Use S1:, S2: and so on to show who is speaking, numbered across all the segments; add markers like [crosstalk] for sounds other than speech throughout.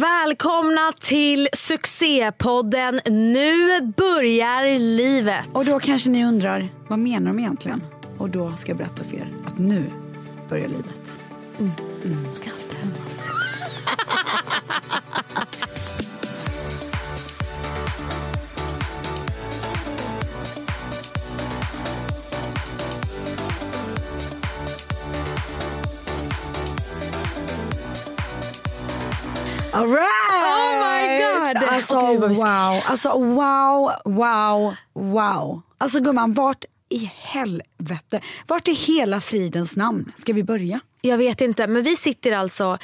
S1: Välkomna till succépodden Nu börjar livet.
S2: Och då kanske ni undrar, vad menar de egentligen? Och då ska jag berätta för er att nu börjar livet.
S1: Ska allt hämnas?
S2: All right!
S1: Oh my God!
S2: Alltså
S1: Åh, gud, vad vi ska-
S2: wow, alltså wow, wow, wow. Alltså gumman, vart i helvete, vart i hela fridens namn ska vi börja?
S1: Jag vet inte, men vi sitter alltså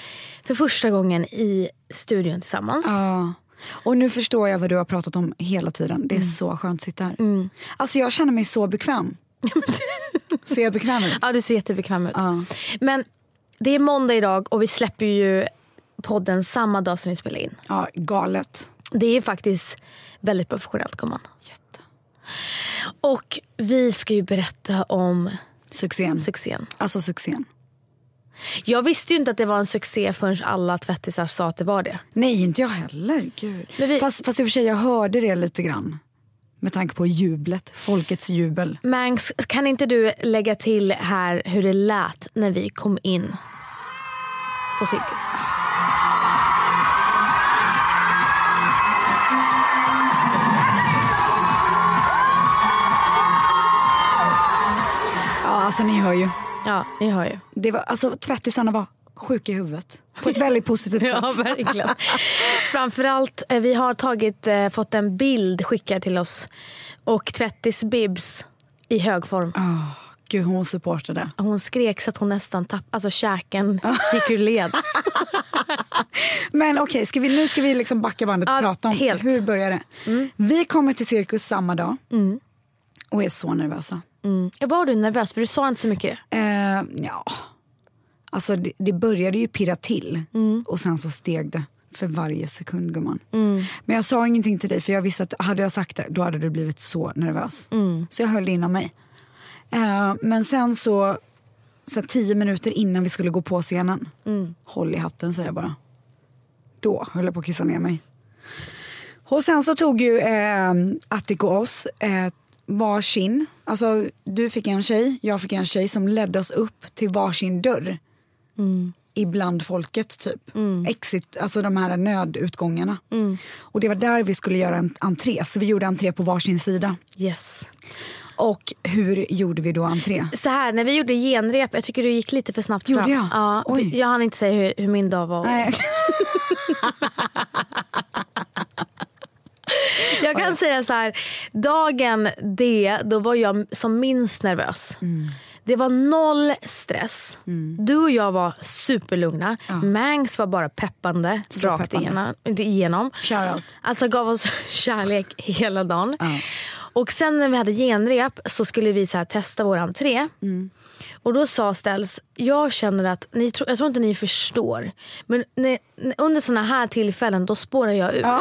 S1: för första gången i studion tillsammans.
S2: Ja. Mm. Och nu förstår jag vad du har pratat om hela tiden. Det är så skönt att sitta här. Alltså jag känner mig så bekväm. Ser jag bekväm ut?
S1: Ja, du ser jättebekväm ut.
S2: Ja.
S1: Men det är måndag idag och vi släpper ju podden samma dag som vi spelar in.
S2: Ja, galet.
S1: Det är faktiskt väldigt professionellt gumman. Och vi ska ju berätta om
S2: Succén.
S1: succén.
S2: Alltså succén.
S1: Jag visste ju inte att det var en succé förrän alla tvättisar sa att det var det.
S2: Nej, inte jag heller. Gud.
S1: Men vi-
S2: Fast, fast i och för sig, jag hörde det lite grann. Med tanke på jublet, folkets jubel.
S1: Mangs, kan inte du lägga till här hur det lät när vi kom in på cirkus?
S2: Ja, alltså ni hör ju.
S1: Ja, ni hör ju.
S2: Det var, alltså, tvättisarna var sjuka i huvudet. På ett väldigt
S1: [laughs]
S2: positivt sätt.
S1: Ja, verkligen. Framförallt, eh, vi har tagit, eh, fått en bild skickad till oss och tvättis Bibs i hög form.
S2: Åh, Gud, hon supportade.
S1: Hon skrek så att hon nästan tappade, alltså [laughs] käken gick ur led.
S2: Men okej, ska vi, nu ska vi liksom backa bandet och
S1: Ja,
S2: prata om
S1: helt. Mm.
S2: hur börjar det Vi kommer till Cirkus samma dag och är så nervösa.
S1: Mm. Var du nervös? För du sa inte så mycket det.
S2: Eh, ja. Alltså det, det började ju pirra till och sen så steg det för varje sekund gumman. Men jag sa ingenting till dig för jag visste att hade jag sagt det då hade du blivit så nervös. Så jag höll det inom mig. Eh, men sen så, så här, tio minuter innan vi skulle gå på scenen. Håll i hatten säger jag bara. Då höll jag på att kissa ner mig. Och sen så tog ju eh, Attic och oss eh, varsin, alltså du fick en tjej, jag fick en tjej som ledde oss upp till varsin dörr.
S1: Mm.
S2: Ibland folket typ. Exit, alltså de här nödutgångarna.
S1: Mm.
S2: Och det var där vi skulle göra en entré, så vi gjorde entré på varsin sida.
S1: Yes.
S2: Och hur gjorde vi då entré?
S1: Så här, när vi gjorde genrep, jag tycker du gick lite för snabbt
S2: Gjorde
S1: fram.
S2: jag?
S1: Ja,
S2: Oj.
S1: för Jag hann inte säga hur, hur min dag var.
S2: Nej.
S1: Jag kan säga så här, dagen D, då var jag som minst nervös.
S2: Mm.
S1: Det var noll stress. Du och jag var superlugna. Mangs var bara peppande
S2: Så
S1: rakt
S2: peppande.
S1: igenom- igenom.
S2: Shoutout.
S1: Alltså gav oss [laughs] kärlek hela dagen.
S2: Ja.
S1: Och sen när vi hade genrep så skulle vi så här testa vår entré.
S2: Mm.
S1: Och då sa Ställs, jag känner att, ni tro, jag tror inte ni förstår. Men när- när- under sådana här tillfällen då spårar jag ur. [laughs]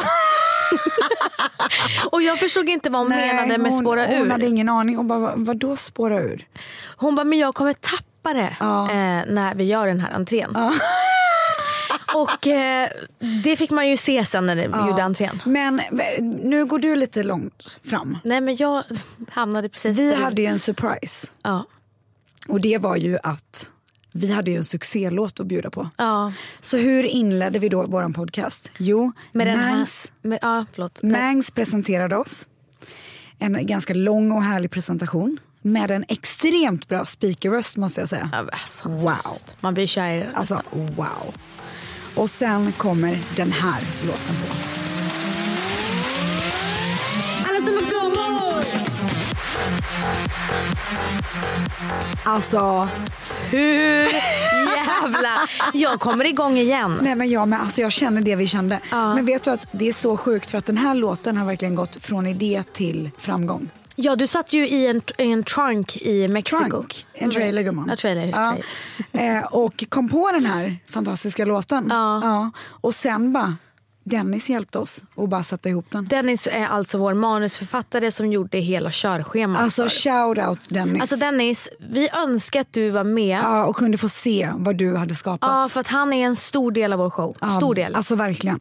S1: och jag förstod inte vad hon menade med
S2: hon,
S1: spåra
S2: hon
S1: ur.
S2: hade ingen aning. Hon bara, "Vad- vadå spåra ur?
S1: Hon bara, men jag kommer tappa det
S2: Ja.
S1: eh, när vi gör den här entrén. [laughs] Och eh, det fick man ju se sen när vi gjorde entrén.
S2: Men eh, nu går du lite långt fram.
S1: Nej men jag hamnade precis
S2: Vi
S1: där.
S2: hade ju en surprise.
S1: ja.
S2: Och det var ju att vi hade ju en succélåt att bjuda på.
S1: ja.
S2: Så hur inledde vi då våran podcast? Jo,
S1: Med den här,
S2: Mangs,
S1: med, ja, förlåt.
S2: Mangs presenterade oss. En ganska lång och härlig presentation. Med en extremt bra speakerröst måste jag säga.
S1: Ja, men alltså,
S2: Wow.
S1: Man blir kär i den.
S2: Alltså wow. Och sen kommer den här låten på.
S3: Alla som är gummor!
S2: Alltså,
S1: Hur jävla... Jag kommer igång igen.
S2: nej men jag med. Alltså jag känner det vi kände. Men vet du att det är så sjukt för att den här låten har verkligen gått från idé till framgång.
S1: Ja, du satt ju i en, i en trunk i Mexiko.
S2: Trunk. En trailer gumman.
S1: Mm. Ja, trailer. trailer.
S2: Ja. Eh, och kom på den här fantastiska låten.
S1: Ja.
S2: Och sen bara, Dennis hjälpte oss och bara satte ihop den.
S1: Dennis är alltså vår manusförfattare som gjorde hela körschemat.
S2: Alltså
S1: för-
S2: shout out Dennis.
S1: alltså Dennis, vi önskar att du var med. Ja.
S2: ja, och kunde få se vad du hade skapat.
S1: för att han är en stor del av vår show. Stor del.
S2: Alltså verkligen.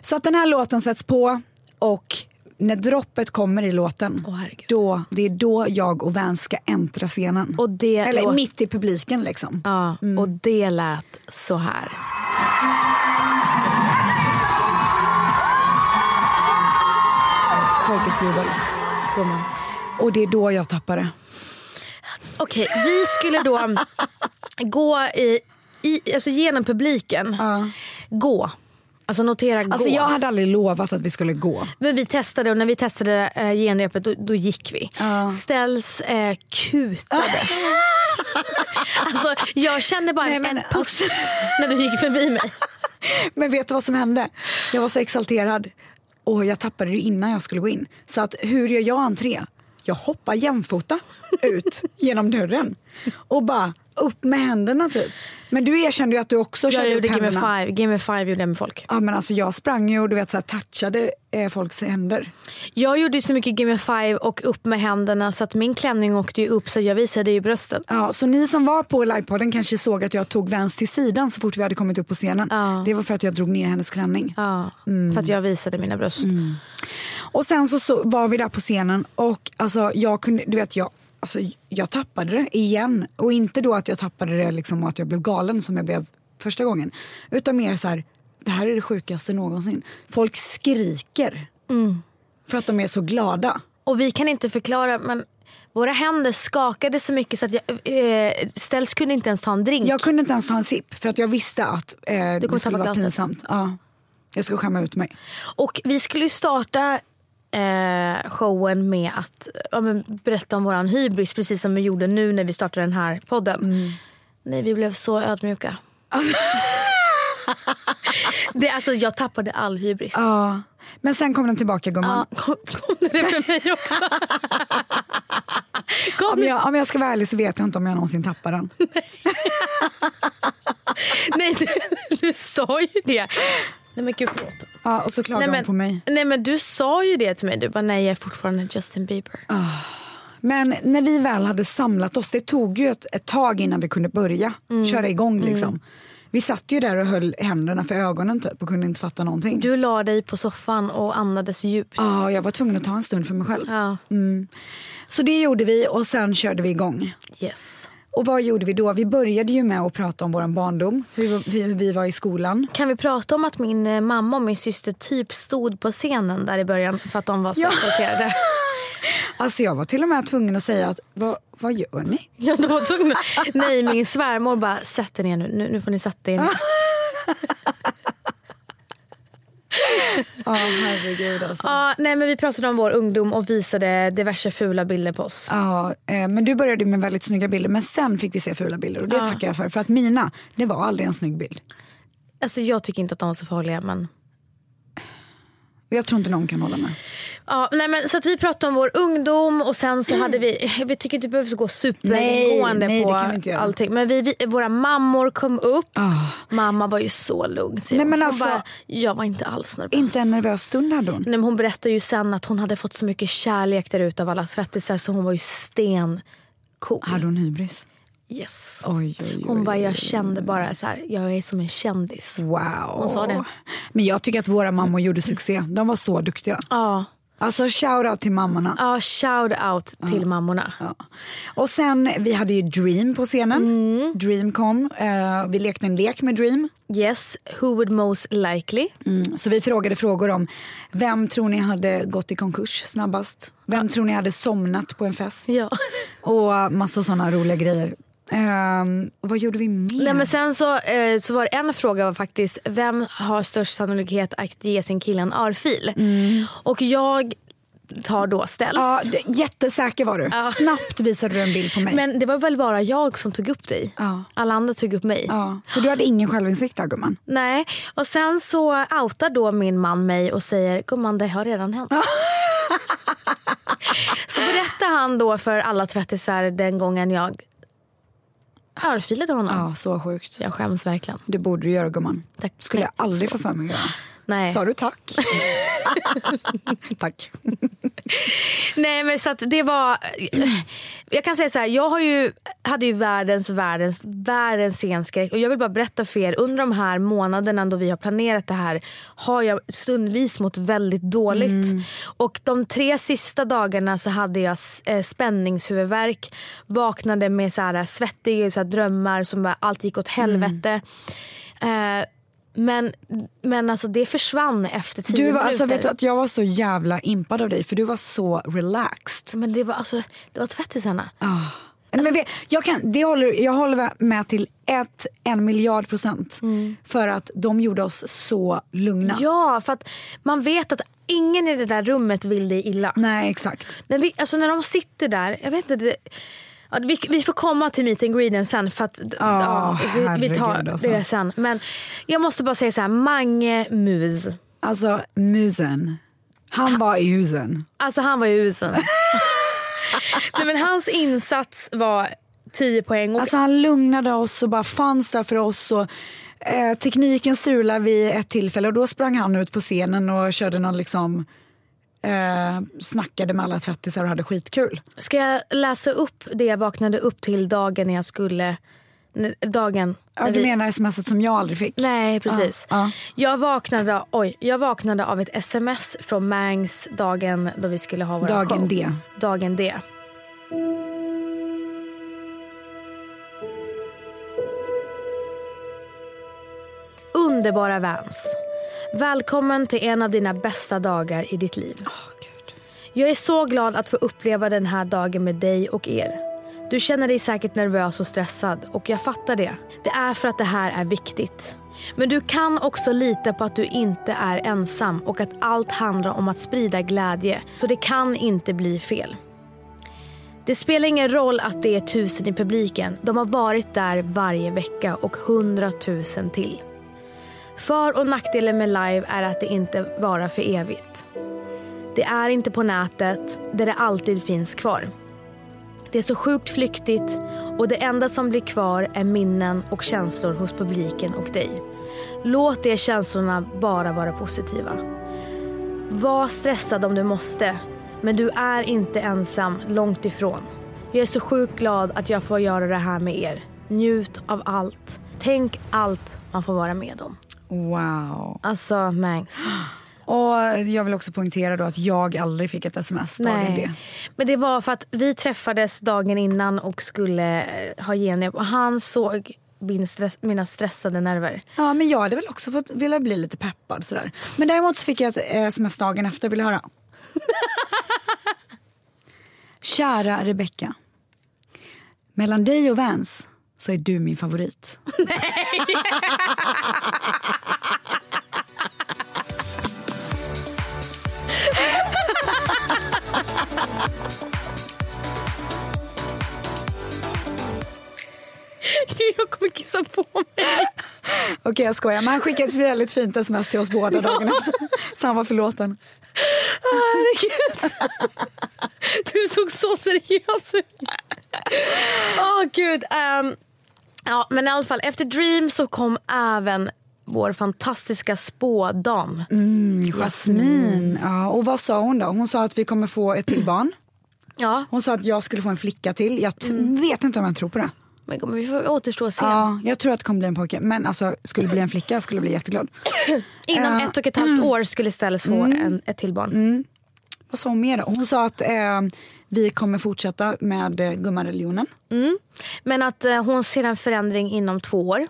S2: Så att den här låten sätts på och när droppet kommer i låten,
S1: Åh, herregud.
S2: då, det är då jag och Vän ska äntra scenen.
S1: Och det
S2: Eller
S1: låt-
S2: mitt i publiken liksom.
S1: Ja, och det lät så här.
S2: Folkets jubel.
S1: Gumman.
S2: Och det är då jag tappar det.
S1: Okej, vi skulle då gå i, i, alltså genom publiken. Gå. Alltså notera
S2: Alltså
S1: gå.
S2: jag hade aldrig lovat att vi skulle gå.
S1: Men vi testade och när vi testade eh, genrepet då, då gick vi.
S2: Ja.
S1: Ställs eh,
S2: [laughs]
S1: kutade. alltså, jag kände bara
S2: Nej, men alltså-
S1: en puss när du gick förbi mig.
S2: [laughs] Men vet du vad som hände? Jag var så exalterad och jag tappade det innan jag skulle gå in. Så att hur gör jag entré? Jag hoppar jämfota
S1: [laughs]
S2: ut genom dörren och bara upp med händerna typ. Men du erkände ju att du också
S1: Jag
S2: körde
S1: gjorde
S2: upp
S1: Give me
S2: händerna.
S1: five, give me five gjorde jag med folk.
S2: Ja men alltså jag sprang ju och du vet så här, touchade eh, folks händer.
S1: Jag gjorde ju så mycket give me five och upp med händerna så att min klänning åkte ju upp så jag visade ju brösten.
S2: Ja, så ni som var på livepodden kanske såg att jag tog vänster till sidan så fort vi hade kommit upp på scenen.
S1: Ja.
S2: Det var för att jag drog ner hennes klänning.
S1: Ja,
S2: Mm.
S1: För att jag visade mina bröst.
S2: Och sen så, så var vi där på scenen och alltså jag kunde, du vet jag, alltså jag tappade det igen. Och inte då att jag tappade det liksom och att jag blev galen som jag blev första gången. Utan mer så här, det här är det sjukaste någonsin. Folk skriker.
S1: Mm.
S2: För att de är så glada.
S1: Och vi kan inte förklara men våra händer skakade så mycket så att jag, eh, Ställs kunde inte ens ta en drink.
S2: Jag kunde inte ens ta en sipp för att jag visste att eh, det
S1: kommer
S2: skulle
S1: tappa
S2: vara
S1: glaset.
S2: pinsamt. Ja. Jag skulle skämma ut mig.
S1: Och vi skulle ju starta eh, showen med att ja, men, berätta om våran hybris precis som vi gjorde nu när vi startade den här podden. Nej, vi blev så [laughs] ödmjuka. det, alltså, jag tappade all hybris.
S2: Ja. Men sen kom den tillbaka gumman.
S1: Ja, kom, kom det för mig [laughs] också? kom
S2: Om,
S1: det?
S2: jag, om jag ska vara ärlig så vet jag inte om jag någonsin tappar den.
S1: Nej, du, du sa ju det. Nej men gud förlåt.
S2: Ja, och så klagar
S1: Nej,
S2: hon på mig.
S1: men, nej men du sa ju det till mig. Du bara nej jag är fortfarande Justin Bieber.
S2: Men när vi väl hade samlat oss, det tog ju ett, ett tag innan vi kunde börja köra igång liksom. Vi satt ju där och höll händerna för ögonen typ och kunde inte fatta någonting.
S1: Du la dig på soffan och andades djupt.
S2: Ja, jag var tvungen att ta en stund för mig själv.
S1: Ja.
S2: Så det gjorde vi och sen körde vi igång.
S1: Yes.
S2: Och vad gjorde vi då? Vi började ju med att prata om vår barndom, hur, hur vi var i skolan.
S1: Kan vi prata om att min eh, mamma och min syster typ stod på scenen där i början för att de var så
S2: Ja.
S1: exalterade.
S2: Alltså jag var till och med tvungen att säga att vad, vad gör ni?
S1: [laughs] Ja, de var tvungna. Nej, min svärmor bara sätt er ner nu. nu. Nu får ni sätta er ner.
S2: Ja herregud
S1: [laughs]
S2: alltså.
S1: Ja, nej, men vi pratade om vår ungdom och visade diverse fula bilder på oss.
S2: Ja, eh, men du började med väldigt snygga bilder men sen fick vi se fula bilder och det tackar jag för. För att mina, det var aldrig en snygg bild.
S1: Alltså, jag tycker inte att de var så farliga men...
S2: Och Jag tror inte någon kan hålla med.
S1: Ja, nej, men, så att vi pratade om vår ungdom och sen så hade vi, vi tycker inte vi behöver gå superingående
S2: Nej, nej,
S1: på
S2: det kan vi inte göra.
S1: allting. Men vi, vi, våra mammor kom upp.
S2: Ah.
S1: Mamma var ju så lugn säger
S2: Nej,
S1: hon.
S2: men
S1: Hon
S2: alltså-
S1: bara, jag var inte alls nervös.
S2: Inte en nervös stund hade hon.
S1: Nej, men hon berättade ju sen att hon hade fått så mycket kärlek där ute av alla tvättisar så hon var ju stencool.
S2: Hade hon hybris?
S1: Yes.
S2: Oj, oj, oj.
S1: Hon bara, jag kände bara så här, jag är som en kändis.
S2: Mm. Wow.
S1: Hon sa det.
S2: Men jag tycker att våra mammor gjorde succé. De var så duktiga.
S1: Ja,
S2: Alltså shout out till mammorna.
S1: ja shout
S2: Ah.
S1: out till mammorna.
S2: Ja. Och sen, vi hade ju Dream på scenen.
S1: Mm.
S2: Dream kom. Eh, vi lekte en lek med Dream.
S1: Yes, who would most likely?
S2: Mm. Så vi frågade frågor om vem tror ni hade gått i konkurs snabbast? Vem tror ni hade somnat på en fest?
S1: Ja.
S2: Och massa sådana roliga grejer. Ehm, vad gjorde vi
S1: [laughs]
S2: mer?
S1: Nej, men sen så, eh, så var det en fråga var faktiskt, vem har störst sannolikhet att ge sin kille en örfil? Och jag tar då ställs.
S2: Mm. Ja, d- jättesäker var du. Snabbt visade du en bild på mig.
S1: Men det var väl bara jag som tog upp dig?
S2: Ja.
S1: Alla andra tog upp mig.
S2: ja. Så du hade ingen självinsikt där gumman?
S1: Nej, och sen så outar då min man mig och säger gumman det har redan
S2: [laughs]
S1: hänt. så berättar han då för alla tvättisar den gången jag örfilade honom.
S2: Ja, så sjukt.
S1: Jag skäms verkligen.
S2: Det borde du göra gumman.
S1: Tack.
S2: skulle jag aldrig få för mig att göra.
S1: Nej.
S2: Sa
S1: [laughs]
S2: du tack? tack.
S1: Nej men så att det var, eh, jag kan säga så här, jag har ju, hade ju världens, världens, världens scenskräck och jag vill bara berätta för er, under de här månaderna då vi har planerat det här har jag stundvis mått väldigt dåligt.
S2: Mm.
S1: Och de tre sista dagarna så hade jag s- eh, spänningshuvudvärk, vaknade med så här, svettiga så här, drömmar som bara, allt gick åt helvete.
S2: Mm.
S1: Eh, men, men alltså det försvann efter tio
S2: Du var,
S1: minuter.
S2: alltså, vet du, att jag var så jävla impad av dig för du var så relaxed.
S1: Men det var, alltså, det var tvättisarna.
S2: Nej,
S1: Alltså-
S2: Men vet- jag, kan, det håller, jag håller med till ett, en miljard procent. För att de gjorde oss så lugna.
S1: Mm. Ja, för att man vet att ingen i det där rummet vill dig illa.
S2: Nej exakt.
S1: När, vi, alltså när de sitter där, jag vet inte. Det, ja, vi, vi får komma till meet and greeten sen för att d- ja, vi, vi
S2: herregud, alltså.
S1: tar det sen. Men jag måste bara säga så här, Mange Mus.
S2: Alltså musen. Han var i husen.
S1: Alltså han var ju usel.
S2: [laughs]
S1: Nej men hans insats var 10 poäng. Och
S2: Alltså han lugnade oss och bara fanns där för oss. Och, eh, tekniken strulade vid ett tillfälle och då sprang han ut på scenen och körde någon liksom eh, snackade med alla tvättisar och hade skitkul.
S1: Ska jag läsa upp det jag vaknade upp till dagen när jag skulle... n- Dagen.
S2: Ja,
S1: när
S2: du
S1: vi-
S2: menar smset som jag aldrig fick?
S1: Nej, precis.
S2: Ja, ja.
S1: Jag, vaknade, oj, jag vaknade av ett sms från Mangs dagen då vi skulle ha vår
S2: Dagen
S1: show.
S2: D.
S1: Dagen D. Underbara Vans. Välkommen till en av dina bästa dagar i ditt liv. Jag är så glad att få uppleva den här dagen med dig och er. Du känner dig säkert nervös och stressad och jag fattar det. Det är för att det här är viktigt. Men du kan också lita på att du inte är ensam och att allt handlar om att sprida glädje, så det kan inte bli fel. Det spelar ingen roll att det är tusen i publiken. De har varit där varje vecka och hundratusen till. För och nackdelen med live är att det inte varar för evigt. Det är inte på nätet där det alltid finns kvar. Det är så sjukt flyktigt och det enda som blir kvar är minnen och känslor hos publiken och dig. Låt de känslorna bara vara positiva. Var stressad om du måste, men du är inte ensam, långt ifrån. Jag är så sjukt glad att jag får göra det här med er. Njut av allt. Tänk allt man får vara med om.
S2: Wow.
S1: Alltså, Mangs.
S2: Och jag vill också poängtera då att jag aldrig fick ett sms dagen D.
S1: Men det var för att vi träffades dagen innan och skulle eh, ha genrep och han såg min stress, mina stressade nerver.
S2: Ja, men jag hade väl också fått, velat bli lite peppad sådär. Men däremot så fick jag ett eh, sms dagen efter, vill du höra? [laughs] Kära Rebecka. Mellan dig och Vans så är du min favorit.
S1: Gud, [laughs] jag kommer kissa på mig.
S2: Okej jag skojar, men han skickade ett väldigt fint sms till oss båda dagen efter. Så han var förlåten.
S1: Herregud. [laughs] Du såg så seriös ut. Åh gud. ehm, ja, men i alla fall, efter Dream så kom även vår fantastiska spådam.
S2: Mm, Jasmin. Ja, och vad sa hon då? Hon sa att vi kommer få ett till barn.
S1: Ja,
S2: Hon sa att jag skulle få en flicka till. Jag t- vet inte om jag tror på det.
S1: men gumman, vi får återstå att se.
S2: Ja, jag tror att det kommer bli en pojke. Men alltså, skulle det bli en flicka jag skulle bli jätteglad.
S1: Inom
S2: Ja.
S1: ett och ett halvt år skulle Ställes få en, ett till barn.
S2: Vad sa hon mer då? Hon sa att eh, vi kommer fortsätta med eh, gummareligionen.
S1: Men att eh, hon ser en förändring inom två år.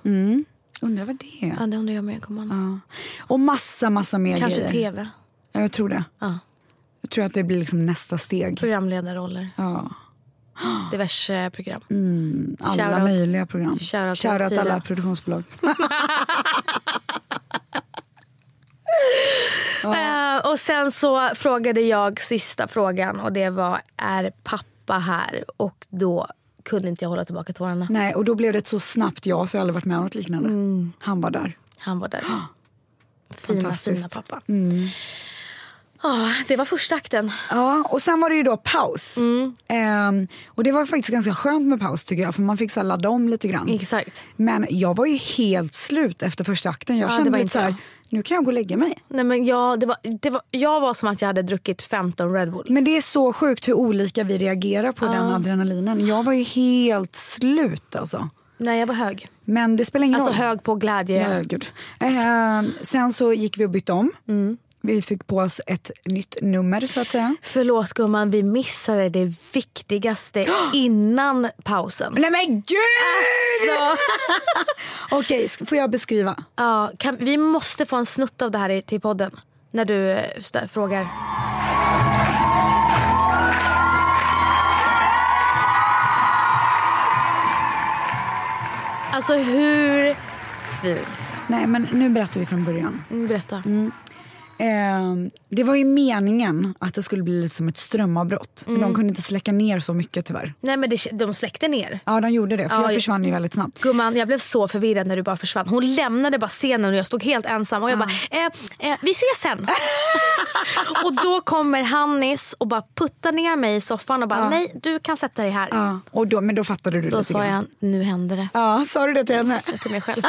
S2: Undrar vad det är?
S1: Ja, det undrar jag med. Kommer hon.
S2: Mm. Ja. Och massa, massa mer
S1: Kanske
S2: grejer.
S1: tv.
S2: Ja, jag tror det.
S1: Ja.
S2: Jag tror att det blir liksom nästa steg.
S1: Programledarroller.
S2: Ja. Mm.
S1: Diverse eh, program.
S2: Alla
S1: Shoutout.
S2: möjliga program.
S1: Shoutout till
S2: Shoutout
S1: fyra.
S2: alla produktionsbolag. [laughs]
S1: Eh, och sen så frågade jag sista frågan och det var är pappa här? Och då kunde inte jag hålla tillbaka tårarna.
S2: Nej, och då blev det ett så snabbt ja så jag har aldrig varit med om något liknande.
S1: Mm.
S2: Han var där.
S1: Han var där. Fina,
S2: Fantastiskt. Mm.
S1: fina pappa. Ja, det var första akten.
S2: Ja, och sen var det ju då paus.
S1: Mm.
S2: Ehm, och det var faktiskt ganska skönt med paus tycker jag för man fick så här ladda om lite grann.
S1: Exakt.
S2: Men jag var ju helt slut efter första akten. Jag
S1: Ja, det
S2: kände
S1: var
S2: lite
S1: inte
S2: så här,
S1: jag.
S2: nu kan jag gå och lägga mig.
S1: Nej, men jag, det var, det var, jag var som att jag hade druckit 15 Red Bull.
S2: Men det är så sjukt hur olika vi reagerar på den adrenalinen. Jag var ju helt slut alltså.
S1: Nej, jag var hög.
S2: Men det spelar ingen
S1: Alltså
S2: roll.
S1: hög på glädje.
S2: Ja, gud. Eh, sen så gick vi och bytte om.
S1: Mm.
S2: Vi fick på oss ett nytt nummer så att säga.
S1: Förlåt gumman, vi missade det [gasps] viktigaste innan pausen.
S2: Nej men gud!
S1: Så,
S2: Äh, Okej, ska- får jag beskriva?
S1: [laughs] ja, kan, vi måste få en snutt av det här i- till podden. När du eh, stä- frågar. Alltså hur fint?
S2: Nej men nu berättar vi från början.
S1: Mm, Berätta.
S2: Eh, det var ju meningen att det skulle bli lite som ett strömavbrott.
S1: Mm.
S2: Men de kunde inte släcka ner så mycket tyvärr.
S1: Nej men det, de släckte ner.
S2: Ja de gjorde det, för
S1: Ja,
S2: jag
S1: ja.
S2: försvann ju väldigt snabbt.
S1: Gumman, jag blev så förvirrad när du bara försvann. Hon lämnade bara scenen och jag stod helt ensam. Och jag bara, eh, eh, vi ses [laughs] sen. och då kommer Hannis och bara puttar ner mig i soffan och bara, nej du kan sätta dig här.
S2: Ja. Och då, men då fattade du
S1: Då
S2: lite
S1: sa
S2: grann.
S1: jag, nu händer det.
S2: Ja, sa du det
S1: [laughs]
S2: till henne?
S1: Till mig själv.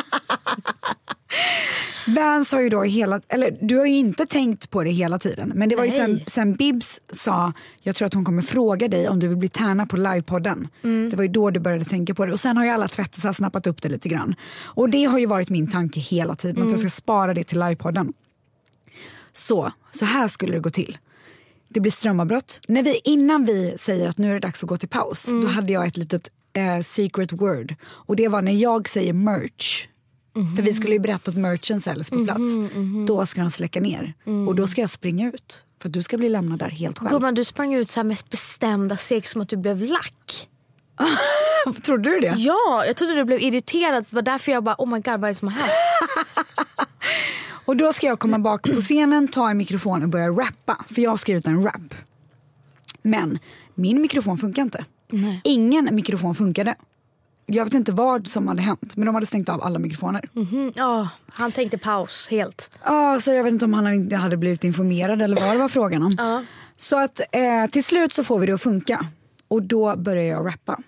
S2: Vans har ju då hela, eller du har ju inte tänkt på det hela tiden. Men det var ju
S1: Nej.
S2: sen, sen Bibs sa, jag tror att hon kommer fråga dig om du vill bli tärna på livepodden.
S1: Mm.
S2: Det var ju då du började tänka på det. Och sen har ju alla tvättisar snappat upp det lite grann. Och det har ju varit min tanke hela tiden, att jag
S1: Mm.
S2: ska spara det till livepodden. Så, så här skulle det gå till. Det blir strömavbrott. När vi, innan vi säger att nu är det dags att gå till paus, då hade jag ett litet eh, secret word. Och det var när jag säger merch. För vi skulle ju berätta att merchen säljs på plats. Då ska de släcka ner. Och då ska jag springa ut. För att du ska bli lämnad där helt själv.
S1: Gumman, du sprang ut så här med bestämda steg som att du blev lack.
S2: Trodde du det?
S1: Ja, jag trodde du blev irriterad. Det var därför jag bara, oh my god vad är det som har hänt?
S2: Och då ska jag komma bak på scenen, ta en mikrofon och börja rappa. För jag har skrivit en rap. Men min mikrofon funkar inte.
S1: Nej.
S2: Ingen mikrofon funkade. Jag vet inte vad som hade hänt, men de hade stängt av alla mikrofoner.
S1: Mhm, ja, han tänkte paus helt.
S2: Ja, så jag vet inte om han inte hade blivit informerad eller vad det var frågan om.
S1: Ja.
S2: Så att eh, till slut så får vi det att funka. Och då börjar jag rappa.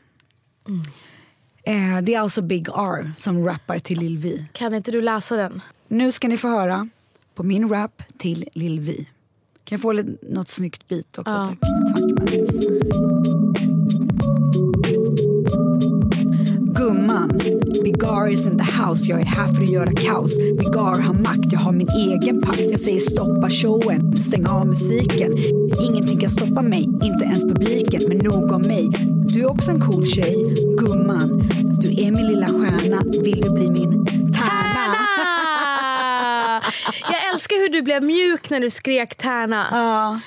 S1: Mm.
S2: Eh, det är alltså Big R som rappar till Lil V.
S1: Kan inte du läsa den?
S2: Nu ska ni få höra på min rap till Lil Vi. Kan jag få lite, något snyggt beat också?
S1: Ja.
S2: Tack. Tack Magnus. Gumman, Bigar is in the house. Jag är här för att göra kaos. Bigar har makt, jag har min egen pakt. Jag säger stoppa showen, stäng av musiken. Ingenting kan stoppa mig, inte ens publiken. Men nog om mig. Du är också en cool tjej, gumman. Du är min lilla stjärna. Vill du bli min tärna?
S1: Tärna! Jag älskar hur du blev mjuk när du skrek tärna.
S2: Ja.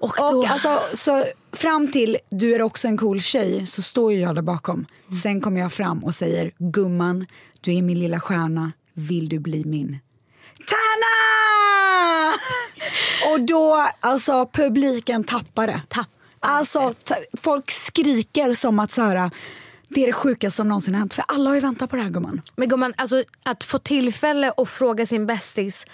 S1: Och då,
S2: Och alltså, så fram till du är också en cool tjej så står ju jag där bakom. Sen kommer jag fram och säger gumman, du är min lilla stjärna, vill du bli min [laughs] Tärna! Och då, alltså publiken tappar det.
S1: Tappar
S2: Alltså, ta- folk skriker som att så här, det är det sjukaste som någonsin har hänt. För alla har ju väntat på det här gumman.
S1: men gumman, alltså, att få tillfälle att fråga sin bästis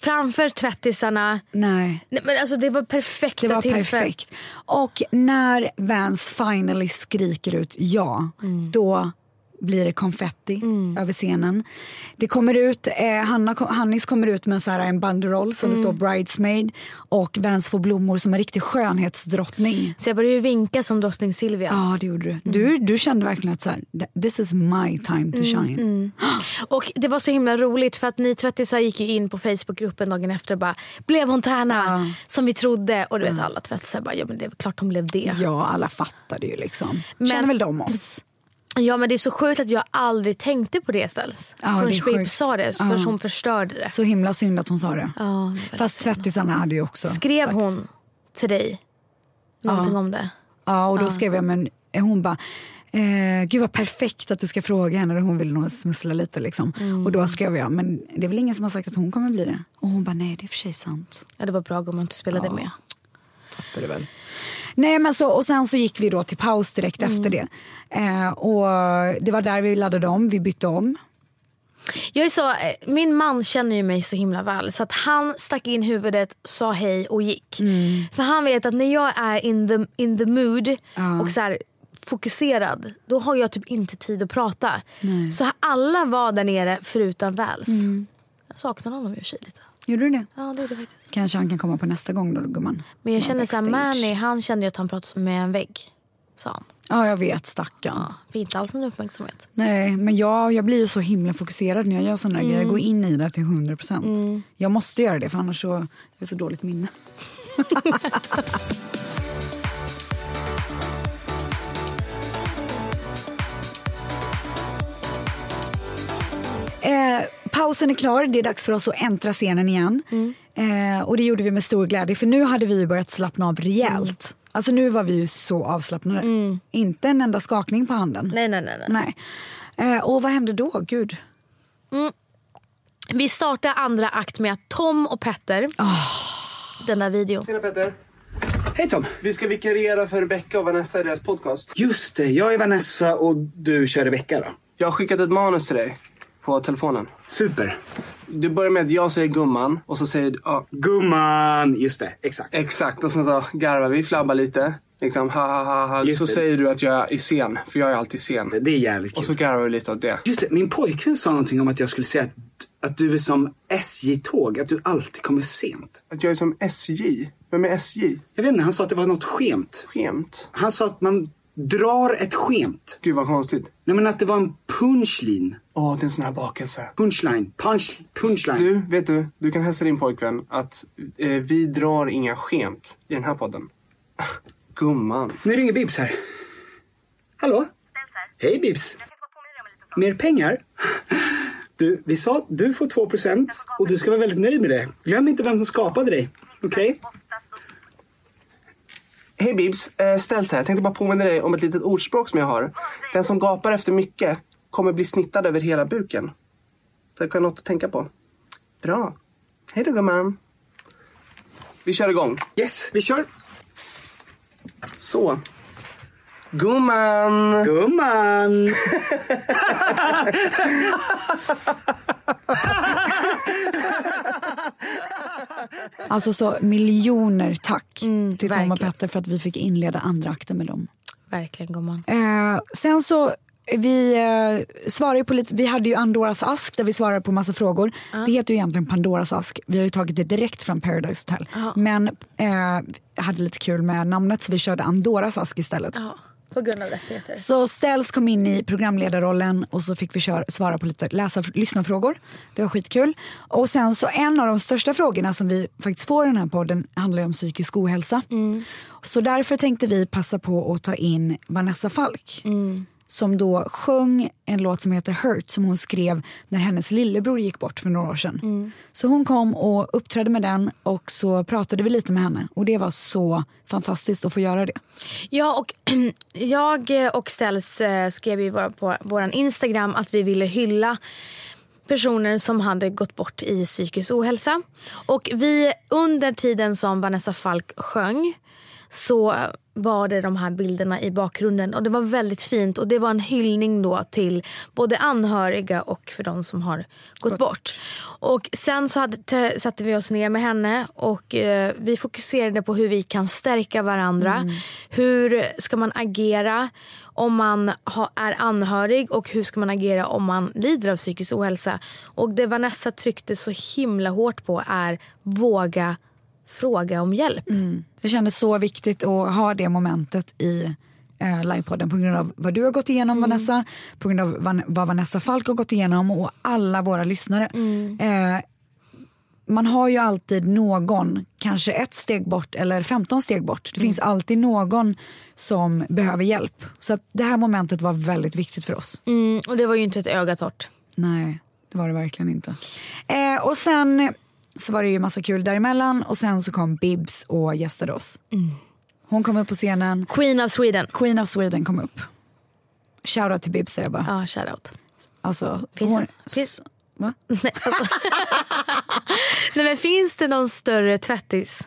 S1: framför tvättisarna.
S2: Nej.
S1: Nej, men alltså, det var perfekta
S2: Det var
S1: tillfällen.
S2: perfekt. Och när Vans finally skriker ut ja,
S1: Mm.
S2: då blir det konfetti över scenen. Det kommer ut, eh, Hanna, ko- Hannis kommer ut med så här en banderoll som
S1: Mm.
S2: det står bridesmaid och Vans får blommor som en riktig skönhetsdrottning.
S1: Så jag började ju vinka som drottning Silvia.
S2: Ja, det gjorde du.
S1: Mm.
S2: du. Du kände verkligen att så här, this is my time to shine.
S1: mm. Och det var så himla roligt för att ni tvättisar gick ju in på Facebookgruppen dagen efter och bara “blev hon tärna?” som vi trodde. Och du
S2: Mm.
S1: vet alla tvättisar bara “ja men det är klart hon blev det”.
S2: Ja, alla fattade ju liksom.
S1: Men-
S2: Känner väl de oss?
S1: Ja men det är så sjukt att jag aldrig tänkte på det ställs.
S2: Ja, det är
S1: förrän Bib
S2: sjukt.
S1: sa det,
S2: Ja.
S1: förrän hon förstörde det.
S2: Så himla synd att hon sa det.
S1: Ja,
S2: Fast tvättisarna hade ju också
S1: Skrev
S2: sagt-
S1: hon till dig någonting om det?
S2: Ja, och då skrev jag, men hon bara, eh, gud vad perfekt att du ska fråga henne, hon vill nog smussla lite liksom. Och då skrev jag, men det är väl ingen som har sagt att hon kommer bli det? Och hon bara, nej det är för sig sant.
S1: Ja, det var bra om man inte spelade med.
S2: Fattar du väl? Nej men så, och sen så gick vi då till paus direkt efter det. Eh, och det var där vi laddade om, vi bytte om.
S1: Jag är så, eh, min man känner ju mig så himla väl så att han stack in huvudet, sa hej och gick. För han vet att när jag är in the, in the mood och så här fokuserad då har jag typ inte tid att prata. Så alla var där nere förutom Väls. Saknar honom i och för sig lite.
S2: Gjorde du det?
S1: Ja, det är det faktiskt.
S2: Kanske han kan komma på nästa gång då gumman.
S1: Men jag
S2: Ja,
S1: känner såhär,
S2: backstage.
S1: Mani han kände ju att han pratade med en vägg. Sa han.
S2: Ja jag vet stackarn.
S1: Fick inte alls någon uppmärksamhet.
S2: Nej men jag, jag blir ju så himla fokuserad när jag gör sådana grejer. Jag går in i det till 100 procent. Jag måste göra det för annars så, jag har jag så dåligt minne. [laughs] Eh, pausen är klar, det är dags för oss att äntra scenen igen. Eh, och det gjorde vi med stor glädje för nu hade vi ju börjat slappna av rejält. Alltså nu var vi ju så avslappnade. Inte en enda skakning på handen.
S1: Nej, nej, nej. nej.
S2: Nej. Eh, och vad hände då? Gud.
S1: Vi startar andra akt med att Tom och Petter, den där videon.
S4: Tjena Petter.
S5: Hej Tom!
S4: Vi ska vikariera för Rebecca och Vanessa i deras podcast.
S5: Just det, jag är Vanessa och du kör Rebecka då.
S4: Jag har skickat ett manus till dig på telefonen.
S5: Super!
S4: Du börjar med att jag säger gumman och så säger du ja,
S5: Gumman! Just det, exakt.
S4: exakt och sen så garvar vi, flabbar lite. Liksom ha ha ha ha.
S5: Just
S4: Så
S5: det.
S4: säger du att jag är sen, för jag är alltid sen.
S5: Det är jävligt
S4: Och
S5: kul.
S4: så garvar vi lite åt det.
S5: Just det, min pojkvän sa någonting om att jag skulle säga att, att du är som SJ-tåg, att du alltid kommer sent.
S4: Att jag är som SJ. Vem är SJ?
S5: Jag vet inte, han sa att det var något skämt.
S4: Skämt.
S5: Han sa att man drar ett skämt.
S4: Gud vad konstigt.
S5: Nej men att det var en punchline.
S4: Åh, det är en sån här bakelse.
S5: Punchline, punch, punchline.
S4: Du, vet du? Du kan hälsa din pojkvän att eh, vi drar inga skämt i den här podden. [laughs] Gumman.
S5: Nu ringer Bibs här. Hallå? Hej Bibs. Mer pengar? Du, vi sa att du får 2% och du ska vara väldigt nöjd med det. Glöm inte vem som skapade dig. Okej?
S4: Hej Bibs, eh, Ställs här. Jag tänkte bara påminna dig om ett litet ordspråk som jag har. Den som gapar efter mycket kommer bli snittad över hela buken. Så det kan vara något att tänka på. Bra. Hej då gumman. Vi kör igång.
S5: Yes, vi kör.
S4: Så. Gumman!
S5: Gumman!
S2: Alltså så miljoner tack till Tom och
S1: verkligen.
S2: Petter för att vi fick inleda andra akten med dem.
S1: Verkligen gumman.
S2: Eh, sen så, vi eh, svarar ju på lite, vi hade ju Andoras ask där vi svarade på massa frågor. Det heter ju egentligen Pandoras ask. Vi har ju tagit det direkt från Paradise Hotel. Men eh, hade lite kul med namnet så vi körde Andoras ask istället.
S1: Ja, på grund av rättigheter.
S2: Så Ställs kom in i programledarrollen och så fick vi köra, svara på lite läsa, lyssnarfrågor. Det var skitkul. Och sen så en av de största frågorna som vi faktiskt får i den här podden handlar ju om psykisk ohälsa. Så därför tänkte vi passa på att ta in Vanessa Falk. Som då sjöng en låt som heter Hurt som hon skrev när hennes lillebror gick bort för några år sedan. Så hon kom och uppträdde med den och så pratade vi lite med henne. Och det var så fantastiskt att få göra det.
S1: Ja, och [clears throat] jag och Ställs eh, skrev ju bara på vår Instagram att vi ville hylla personer som hade gått bort i psykisk ohälsa. Och vi, under tiden som Vanessa Falk sjöng så var det de här bilderna i bakgrunden och det var väldigt fint och det var en hyllning då till både anhöriga och för de som har gått bort. Och sen så hade, t- satte vi oss ner med henne och eh, vi fokuserade på hur vi kan stärka varandra. Hur ska man agera om man ha, är anhörig och hur ska man agera om man lider av psykisk ohälsa. Och det Vanessa tryckte så himla hårt på är våga fråga om hjälp.
S2: Det kändes så viktigt att ha det momentet i eh, livepodden på grund av vad du har gått igenom Vanessa, på grund av van, vad Vanessa Falk har gått igenom och alla våra lyssnare. Eh, man har ju alltid någon, kanske ett steg bort eller 15 steg bort. Det finns alltid någon som behöver hjälp. Så att det här momentet var väldigt viktigt för oss.
S1: Mm, och det var ju inte ett öga torrt.
S2: Nej, det var det verkligen inte. Eh, och sen så var det ju massa kul däremellan och sen så kom Bibs och gästade oss.
S1: Mm.
S2: Hon kom upp på scenen,
S1: Queen of Sweden.
S2: Queen of Sweden kom upp. Shoutout till Bibs säger jag bara.
S1: Ja, shoutout.
S2: Alltså,
S1: Finns
S2: hon,
S1: det- finns-
S2: s- va?
S1: Nej men finns det någon större tvättis?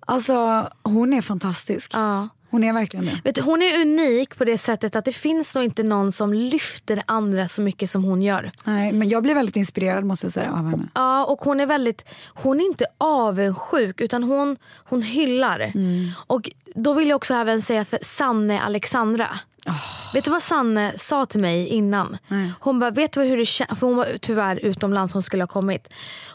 S2: alltså hon är fantastisk.
S1: Ja.
S2: Hon är verkligen det.
S1: Vet du, hon är unik på det sättet att det finns nog inte någon som lyfter andra så mycket som hon gör.
S2: Nej, men jag blev väldigt inspirerad måste jag säga av henne.
S1: Ja, och hon är väldigt, hon är inte avundsjuk utan hon, hon hyllar. Och då vill jag också även säga för Sanne Alexandra. Vet du vad Sanne sa till mig innan?
S2: Nej.
S1: Hon bara, vet du hur det känns? För hon var tyvärr utomlands, hon skulle ha kommit.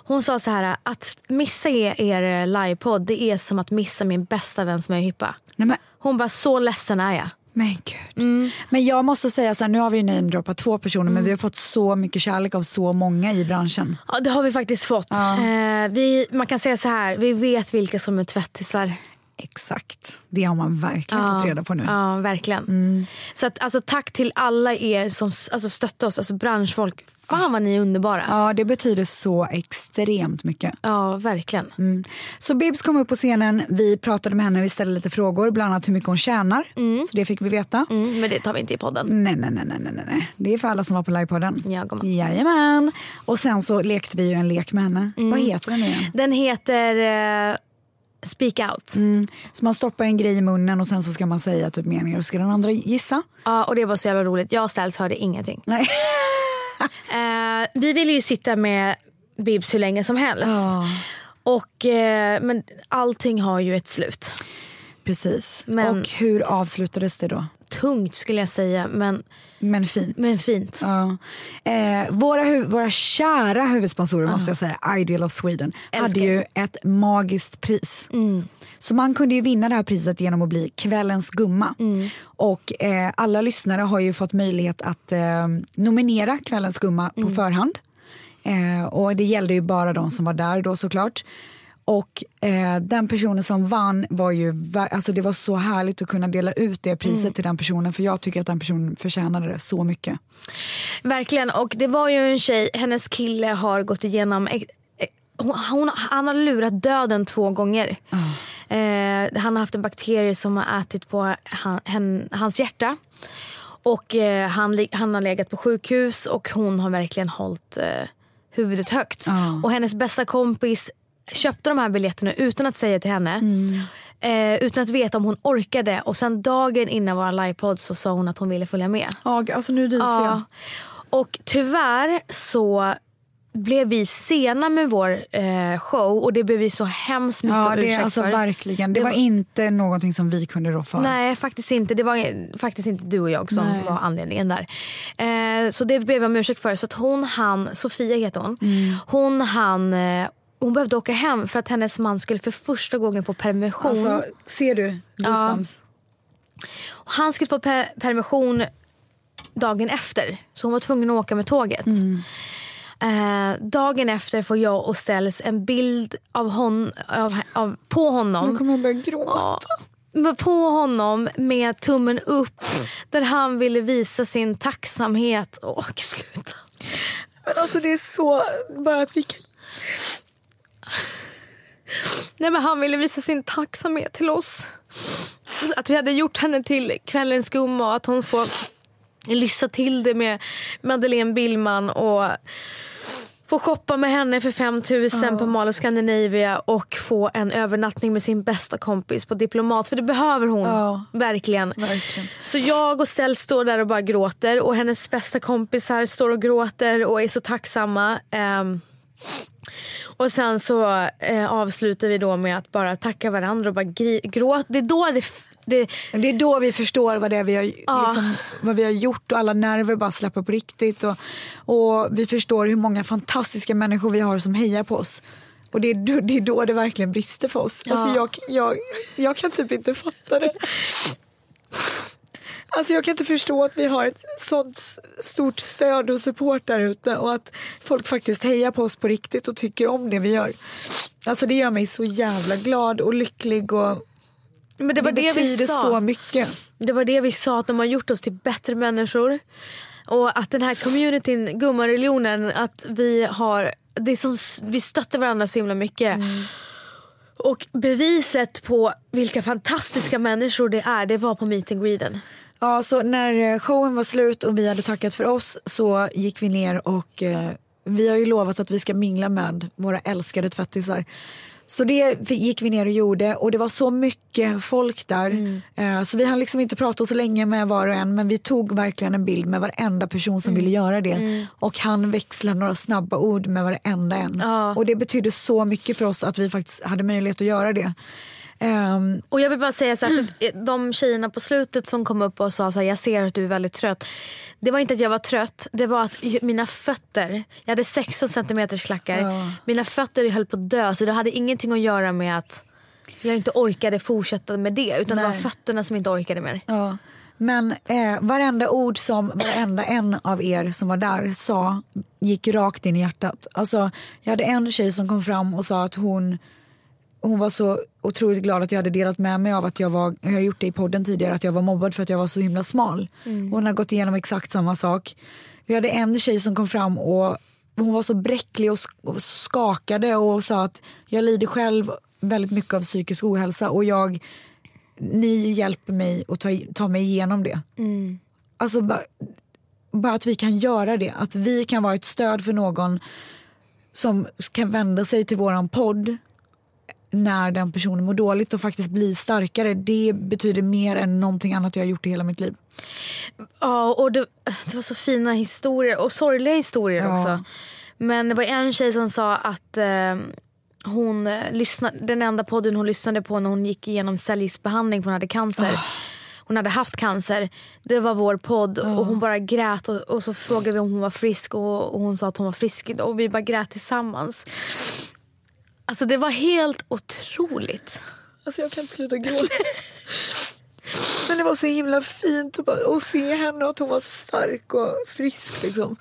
S1: Hon sa så här, att missa er, er livepodd, det är som att missa min bästa väns möhippa.
S2: Nej, men,
S1: Hon bara, så ledsen är jag.
S2: men gud.
S1: Mm.
S2: Men jag måste säga så här, nu har vi ju namedroppat två personer men vi har fått så mycket kärlek av så många i branschen.
S1: Ja, det har vi faktiskt fått. Eh, vi, man kan säga så här, vi vet vilka som är tvättisar.
S2: Exakt, det har man verkligen fått reda på nu.
S1: Ja, verkligen. Så att, alltså, tack till alla er som s- alltså, stöttar oss, alltså branschfolk. Fan vad ni är underbara. Ja,
S2: Ja, det betyder så extremt mycket.
S1: verkligen.
S2: Mm. Så Bibs kom upp på scenen, vi pratade med henne, vi ställde lite frågor, bland annat hur mycket hon tjänar. Så det fick vi veta.
S1: Mm, men det tar vi inte i podden.
S2: Nej, nej, nej, nej, nej, nej, nej. Det är för alla som var på livepodden.
S1: Ja, gumman.
S2: Jajamän. Och sen så lekte vi ju en lek med henne.
S1: Mm.
S2: Vad heter den igen?
S1: Den heter eh, Speak Out.
S2: Mm. Så man stoppar en grej i munnen och sen så ska man säga typ meningar och ska den andra gissa.
S1: Ja, och det var så jävla roligt. Jag och Ställs hörde ingenting.
S2: Nej.
S1: Eh, vi ville ju sitta med Bibs hur länge som helst.
S2: Ja,
S1: Och, eh, men allting har ju ett slut.
S2: [laughs] precis.
S1: Men-
S2: Och hur avslutades det då?
S1: Tungt skulle jag säga, men,
S2: Men fint.
S1: men fint.
S2: Ja. Eh, våra, hu- våra kära huvudsponsorer måste jag säga, Ideal of Sweden, hade ju ett magiskt pris. Så man kunde ju vinna det här priset genom att bli kvällens gumma. Och eh, alla lyssnare har ju fått möjlighet att eh, nominera kvällens gumma på förhand. Eh, och det gällde ju bara de som var där då såklart. Och eh, den personen som vann var ju, ver- alltså det var så härligt att kunna dela ut det priset till den personen för jag tycker att den personen förtjänade det så mycket.
S1: Verkligen. Och det var ju en tjej, hennes kille har gått igenom... eh, eh, Hon, hon, han har lurat döden två gånger. Eh, han har haft en bakterie som har ätit på han, hen, hans hjärta. Och eh, han, lig- han har legat på sjukhus och hon har verkligen hållit eh, huvudet högt.
S2: Ja.
S1: Och hennes bästa kompis köpte de här biljetterna utan att säga till henne. Eh, utan att veta om hon orkade. Och sen dagen innan vår livepodd så sa hon att hon ville följa med.
S2: Ja, g- alltså nu ryser jag.
S1: Ja. Och tyvärr så blev vi sena med vår eh, show och det ber vi så hemskt mycket
S2: Ja,
S1: om
S2: det,
S1: ursäkt
S2: alltså,
S1: för.
S2: verkligen. Det,
S1: Det
S2: var,
S1: var-
S2: inte någonting som vi kunde rå för.
S1: Nej, faktiskt inte. Det var eh, faktiskt inte du och jag som
S2: Nej.
S1: var anledningen där. Eh, så det ber vi om ursäkt för. Så att hon han, Sofia heter hon,
S2: Mm.
S1: hon han eh, hon behövde åka hem för att hennes man skulle för första gången få permission.
S2: Alltså, ser du? Goosebumps.
S1: Han skulle få per- permission dagen efter, så hon var tvungen att åka med tåget. Eh, dagen efter får jag och ställs en bild av hon, av, av, på
S2: Nu
S1: honom.
S2: kommer jag börja gråta.
S1: Ja, men på honom med tummen upp där han ville visa sin tacksamhet. Åh, gud, sluta.
S2: Men alltså det är så... Bara att vi kan...
S1: Nej, men han ville visa sin tacksamhet till oss. Så Att vi hade gjort henne till kvällens gumma och att hon får lyssa till det med Madeleine Billman och få shoppa med henne för 5000 på Mall of Scandinavia och få en övernattning med sin bästa kompis på Diplomat. För det behöver hon.
S2: Ja.
S1: Verkligen.
S2: Verkligen.
S1: Så jag och Stell står där och bara gråter och hennes bästa kompisar står och gråter och är så tacksamma. Ehm, och sen så eh, avslutar vi då med att bara tacka varandra och bara gri- gråta. Det är då det, f- det
S2: Det är då vi förstår vad det är vi har,
S1: Ja.
S2: liksom, vad vi har gjort och alla nerver bara släpper på riktigt. Och, och vi förstår hur många fantastiska människor vi har som hejar på oss. Och det är, då- det är då det verkligen brister för oss. Alltså jag, jag, jag kan typ inte fatta det. Alltså jag kan inte förstå att vi har ett sånt stort stöd och support där ute och att folk faktiskt hejar på oss på riktigt och tycker om det vi gör. Alltså det gör mig så jävla glad och lycklig och
S1: Men det var det,
S2: betyder
S1: vi sa.
S2: så mycket.
S1: Det var det vi sa, att de har gjort oss till bättre människor. Och att den här communityn, gummareligionen, att vi har... Det är så, vi stöttar varandra så himla mycket. Och beviset på vilka fantastiska människor det är, det var på meet and greeden.
S2: Ja, så när eh, showen var slut och vi hade tackat för oss så gick vi ner och eh, vi har ju lovat att vi ska mingla med våra älskade tvättisar. Så det f- gick vi ner och gjorde och det var så mycket folk där eh, så vi hann liksom inte prata så länge med var och en men vi tog verkligen en bild med varenda person som ville göra det och han växlade några snabba ord med varenda en.
S1: Ja.
S2: Och det betydde så mycket för oss att vi faktiskt hade möjlighet att göra det. Ehm,
S1: Och jag vill bara säga så här, för eh, de tjejerna på slutet som kom upp och sa så här, jag ser att du är väldigt trött. Det var inte att jag var trött, det var att ju- mina fötter, jag hade 16 centimeters klackar.
S2: Ja.
S1: Mina fötter höll på att dö så det hade ingenting att göra med att jag inte orkade fortsätta med det. Utan det var
S2: Nej.
S1: fötterna som inte orkade mer.
S2: Ja. Men eh, varenda ord som varenda en av er som var där sa gick rakt in i hjärtat. Alltså, jag hade en tjej som kom fram och sa att hon, hon var så otroligt glad att jag hade delat med mig av att jag var, jag har gjort det i podden tidigare, att jag var mobbad för att jag var så himla smal. Och hon har gått igenom exakt samma sak. Vi hade en tjej som kom fram och hon var så bräcklig och sk- och skakade och sa att jag lider själv väldigt mycket av psykisk ohälsa och jag ni hjälper mig att ta, ta mig igenom det. Alltså bara, bara att vi kan göra det, att vi kan vara ett stöd för någon som kan vända sig till våran podd när den personen mår dåligt och faktiskt bli starkare. Det betyder mer än någonting annat jag har gjort i hela mitt liv.
S1: Ja, och det, det var så fina historier och sorgliga historier
S2: Ja.
S1: också. Men det var en tjej som sa att eh, hon eh, lyssnade, den enda podden hon lyssnade på när hon gick igenom cellgiftsbehandling för hon hade cancer. Hon hade haft cancer. Det var vår podd och hon bara grät och, och så frågade vi om hon var frisk och, och hon sa att hon var frisk och vi bara grät tillsammans. Alltså det var helt otroligt.
S2: Alltså jag kan inte sluta gråta. Men det var så himla fint att, bara, att se henne och att hon var så stark och frisk liksom.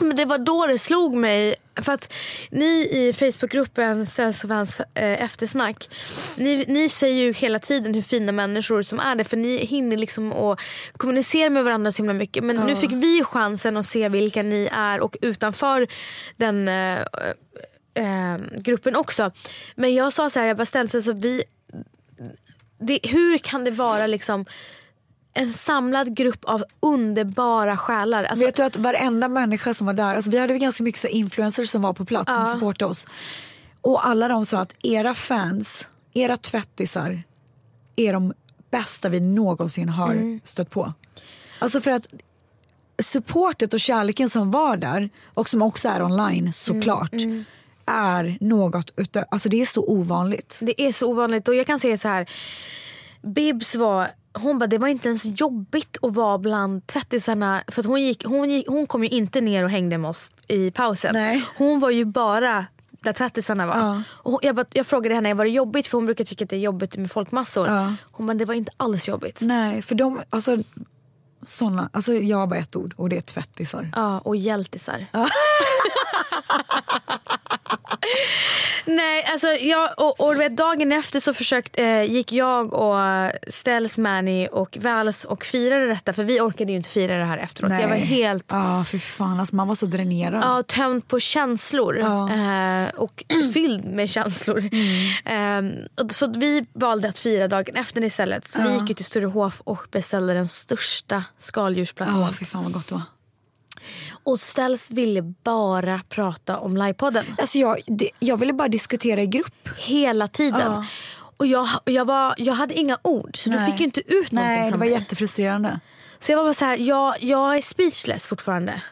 S1: Men det var då det slog mig. För att ni i Facebookgruppen Ställs och Vans eh, eftersnack. Ni, ni säger ju hela tiden hur fina människor som är det. För ni hinner liksom att kommunicera med varandra så himla mycket. Men nu fick vi chansen att se vilka ni är och utanför den eh, eh, gruppen också. Men jag sa så här, jag bara ställde så vi... Det, hur kan det vara liksom en samlad grupp av underbara själar? Alltså,
S2: Vet du att varenda människa som var där, alltså vi hade ju ganska mycket så influencers som var på plats som supportade oss. Och alla de sa att era fans, era tvättisar är de bästa vi någonsin har stött på. Alltså för att supportet och kärleken som var där och som också är online såklart är något utö- alltså det är så ovanligt.
S1: Det är så ovanligt. Och jag kan säga så här. Bibs var... Hon bara, det var inte ens jobbigt att vara bland tvättisarna. För att hon, gick, hon, gick, hon kom ju inte ner och hängde med oss i pausen.
S2: Nej.
S1: Hon var ju bara där tvättisarna var.
S2: Ja.
S1: Och hon, jag, bara, jag frågade henne, var det jobbigt? För hon brukar tycka att det är jobbigt med folkmassor.
S2: Ja.
S1: Hon bara, det var inte alls jobbigt.
S2: Nej, för de, alltså såna, alltså jag har bara ett ord och det är tvättisar.
S1: Ja, och hjältisar. [laughs] Nej, alltså jag, och, och du vet, dagen efter så försökte, eh, gick jag och eh, Ställs, Mani och Vals och firade detta. För vi orkade ju inte fira det här efteråt. Jag var helt
S2: Ja, för fan. Alltså, man var så dränerad.
S1: ja, tömd på känslor.
S2: Ja. Mm.
S1: Eh,
S2: [clears throat]
S1: och fylld med känslor. Eh, och så att vi valde att fira dagen efter istället. Så vi gick ju till Sturehof och beställde den största skaldjursplattan.
S2: Ja, fy fan vad gott det var.
S1: Och Ställs ville bara prata om livepodden.
S2: Alltså jag, det, jag ville bara diskutera i grupp.
S1: hela tiden.
S2: Ja.
S1: Och jag, jag, var, jag hade inga ord så du
S2: Nej.
S1: fick ju inte ut någonting
S2: Nej, det
S1: från
S2: var
S1: mig.
S2: jättefrustrerande.
S1: Så jag var bara så här, jag, jag är speechless fortfarande.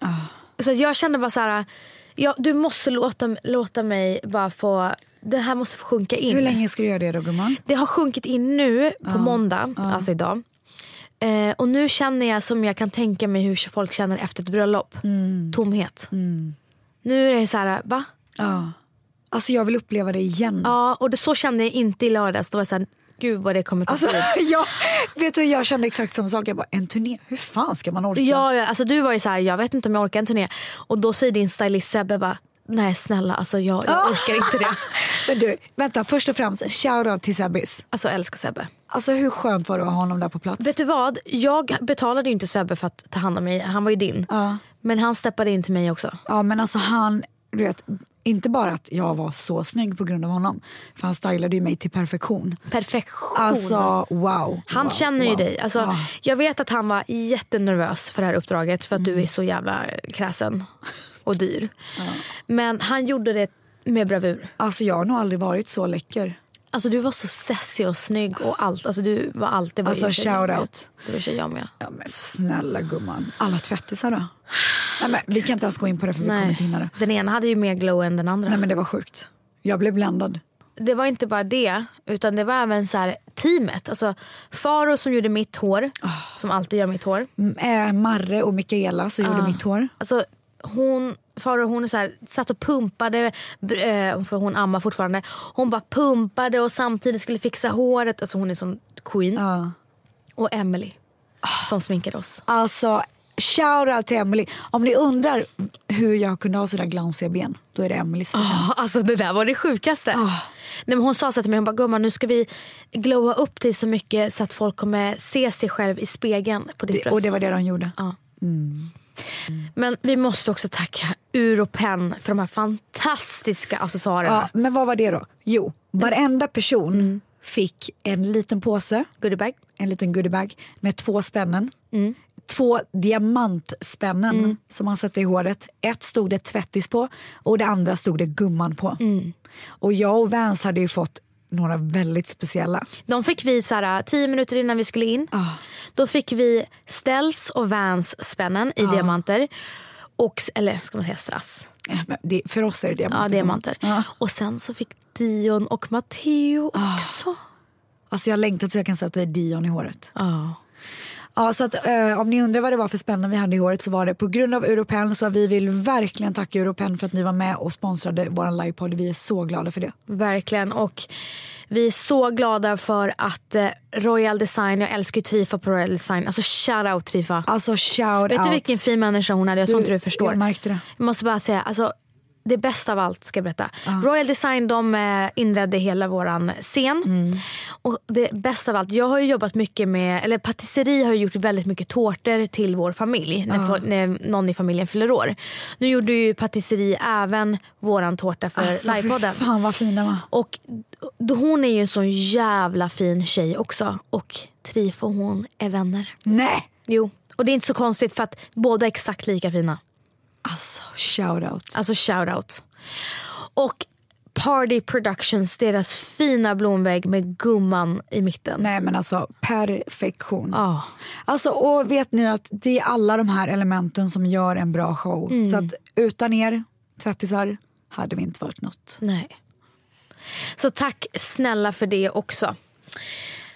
S2: Ah.
S1: Så att jag kände bara så här, ja, du måste låta, låta mig bara få, det här måste få sjunka in.
S2: Hur länge Ah. ska du göra det då gumman?
S1: Det har sjunkit in nu på måndag, alltså idag. Eh, och nu känner jag som jag kan tänka mig hur folk känner efter ett bröllop.
S2: Mm.
S1: Tomhet. Nu är det så här, va?
S2: Ja. Alltså jag vill uppleva det igen.
S1: Ja, och det, så kände jag inte i lördags. Då var jag så här, gud vad det kommer ta
S2: Alltså, [laughs]
S1: tid.
S2: jag, vet du, jag kände exakt samma sak. Jag bara, en turné, hur fan ska man orka?
S1: Ja, ja, alltså du var ju så här, jag vet inte om jag orkar en turné. Och då säger din stylist Sebbe bara, nej snälla alltså jag,
S2: Ah!
S1: jag orkar inte det. [laughs]
S2: Men du, vänta, först och främst, shoutout till Sebbis.
S1: Alltså jag älskar Sebbe.
S2: Alltså hur skönt var det att ha honom där på plats?
S1: Vet du vad, jag betalade ju inte Sebbe för att ta hand om mig, han var ju din.
S2: Ja.
S1: Men han steppade in till mig också.
S2: Ja men alltså han, du vet, inte bara att jag var så snygg på grund av honom. För han stylade ju mig till perfektion.
S1: Perfektion.
S2: Alltså wow.
S1: han
S2: wow,
S1: känner ju
S2: wow. Ah.
S1: dig. Alltså,
S2: Ja.
S1: Jag vet att han var jättenervös för det här uppdraget för att
S2: Mm.
S1: du är så jävla kräsen och dyr.
S2: Ah.
S1: Men han gjorde det med bravur.
S2: Alltså jag har nog aldrig varit så läcker.
S1: Alltså du var så sessig och snygg och allt. Alltså du var allt. Det var
S2: Alltså,
S1: i och för sig jag
S2: shout
S1: med.
S2: out.
S1: Det var i och för sig jag med.
S2: Ja men snälla gumman. Alla tvättisar då? Nej men vi kan inte ens gå in på det för vi kommer
S1: Nej.
S2: inte hinna det.
S1: Den ena hade ju mer glow än den andra.
S2: Nej men det var sjukt. Jag blev bländad.
S1: det var inte bara det, utan det var även så här, teamet. Alltså, Faro som gjorde mitt hår,
S2: Ah.
S1: som alltid gör mitt hår.
S2: M- eh, Marre och Mikaela som gjorde mitt hår.
S1: Alltså, hon, Faro hon så här, satt och pumpade, br- eh, för hon ammar fortfarande. Hon bara pumpade och samtidigt skulle fixa håret. Alltså, hon är sån queen.
S2: Ja.
S1: Och Emily
S2: Ah.
S1: som sminkade oss.
S2: Alltså, shoutout till Emily. Om ni undrar hur jag kunde ha sådär glansiga ben, då är det Emelies förtjänst.
S1: Ja, alltså det där var det sjukaste.
S2: Ah.
S1: Nej, men hon sa så här till mig, hon bara gumman nu ska vi glowa upp dig så mycket så att folk kommer se sig själv i spegeln på ditt bröst.
S2: Och det var det Mm. de gjorde.
S1: Men vi måste också tacka Uropen för de här fantastiska accessoarerna.
S2: Ja, men vad var det då? Jo, varenda person
S1: Mm.
S2: fick en liten påse,
S1: Goodiebag.
S2: en liten goodiebag med två spännen.
S1: Mm.
S2: Två diamantspännen som man satte i håret. Ett stod det tvättis på och det andra stod det gumman på.
S1: Mm.
S2: Och jag och Vans hade ju fått några väldigt speciella.
S1: De fick vi så här, eh, tio minuter innan vi skulle in.
S2: Ah.
S1: Då fick vi Stells och Vans spännen
S2: Ah.
S1: i diamanter. Och, eller ska man säga strass?
S2: Eh, men Det, för oss är det diamanter.
S1: Ja, diamanter.
S2: Ja.
S1: Och sen så fick Dion och Matteo
S2: Ah.
S1: också.
S2: Alltså jag längtar tills jag kan sätta Dion i håret.
S1: Ja.
S2: Ja, så att, eh, om ni undrar vad det var för spännen vi hade i håret så var det på grund av Europen. Så vi vill verkligen tacka Europen för att ni var med och sponsrade vår livepodd. Vi är så glada för det.
S1: Verkligen. Och vi är så glada för att eh, Royal Design, jag älskar ju Trifa på Royal Design. Alltså shout out Trifa.
S2: Alltså shout
S1: Vet
S2: out.
S1: du vilken fin människa hon är? Jag tror inte du förstår.
S2: jag märkte det.
S1: Jag måste bara säga, alltså, det bästa av allt ska jag berätta. Royal Design de eh, inredde hela våran scen.
S2: Mm.
S1: Och det bästa av allt, jag har ju jobbat mycket med, eller patisserie har ju gjort väldigt mycket tårtor till vår familj. När, fo- när någon i familjen fyller år. Nu gjorde ju patisserie även våran tårta för
S2: Alltså, fy
S1: livepodden.
S2: fan vad fin den var.
S1: Och då, hon är ju en sån jävla fin tjej också. Och Trif och hon är vänner.
S2: Nej!
S1: Jo, och det är inte så konstigt för att båda är exakt lika fina.
S2: Alltså shout out.
S1: Alltså shout out. Och Party Productions, deras fina blomvägg med gumman i mitten.
S2: Nej men alltså perfektion.
S1: Ja,
S2: Alltså, och vet ni att det är alla de här elementen som gör en bra show.
S1: Mm.
S2: Så att utan er tvättisar hade vi inte varit något.
S1: nej. Så tack snälla för det också.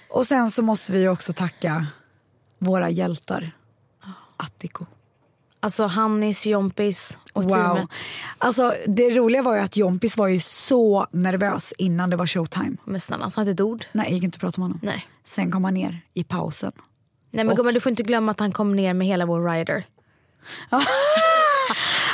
S2: Och sen så måste vi ju också tacka våra hjältar.
S1: Ah.
S2: Attiko.
S1: Alltså Hannis, Jompis och
S2: Wow.
S1: teamet.
S2: Alltså, det roliga var ju att Jompis var ju så nervös innan det var showtime.
S1: Men snälla, sa inte ett ord.
S2: Nej, det gick inte att prata med honom.
S1: Nej.
S2: Sen kom han ner i pausen.
S1: Nej men gumman du får inte glömma att han kom ner med hela vår
S2: [laughs]
S1: rider.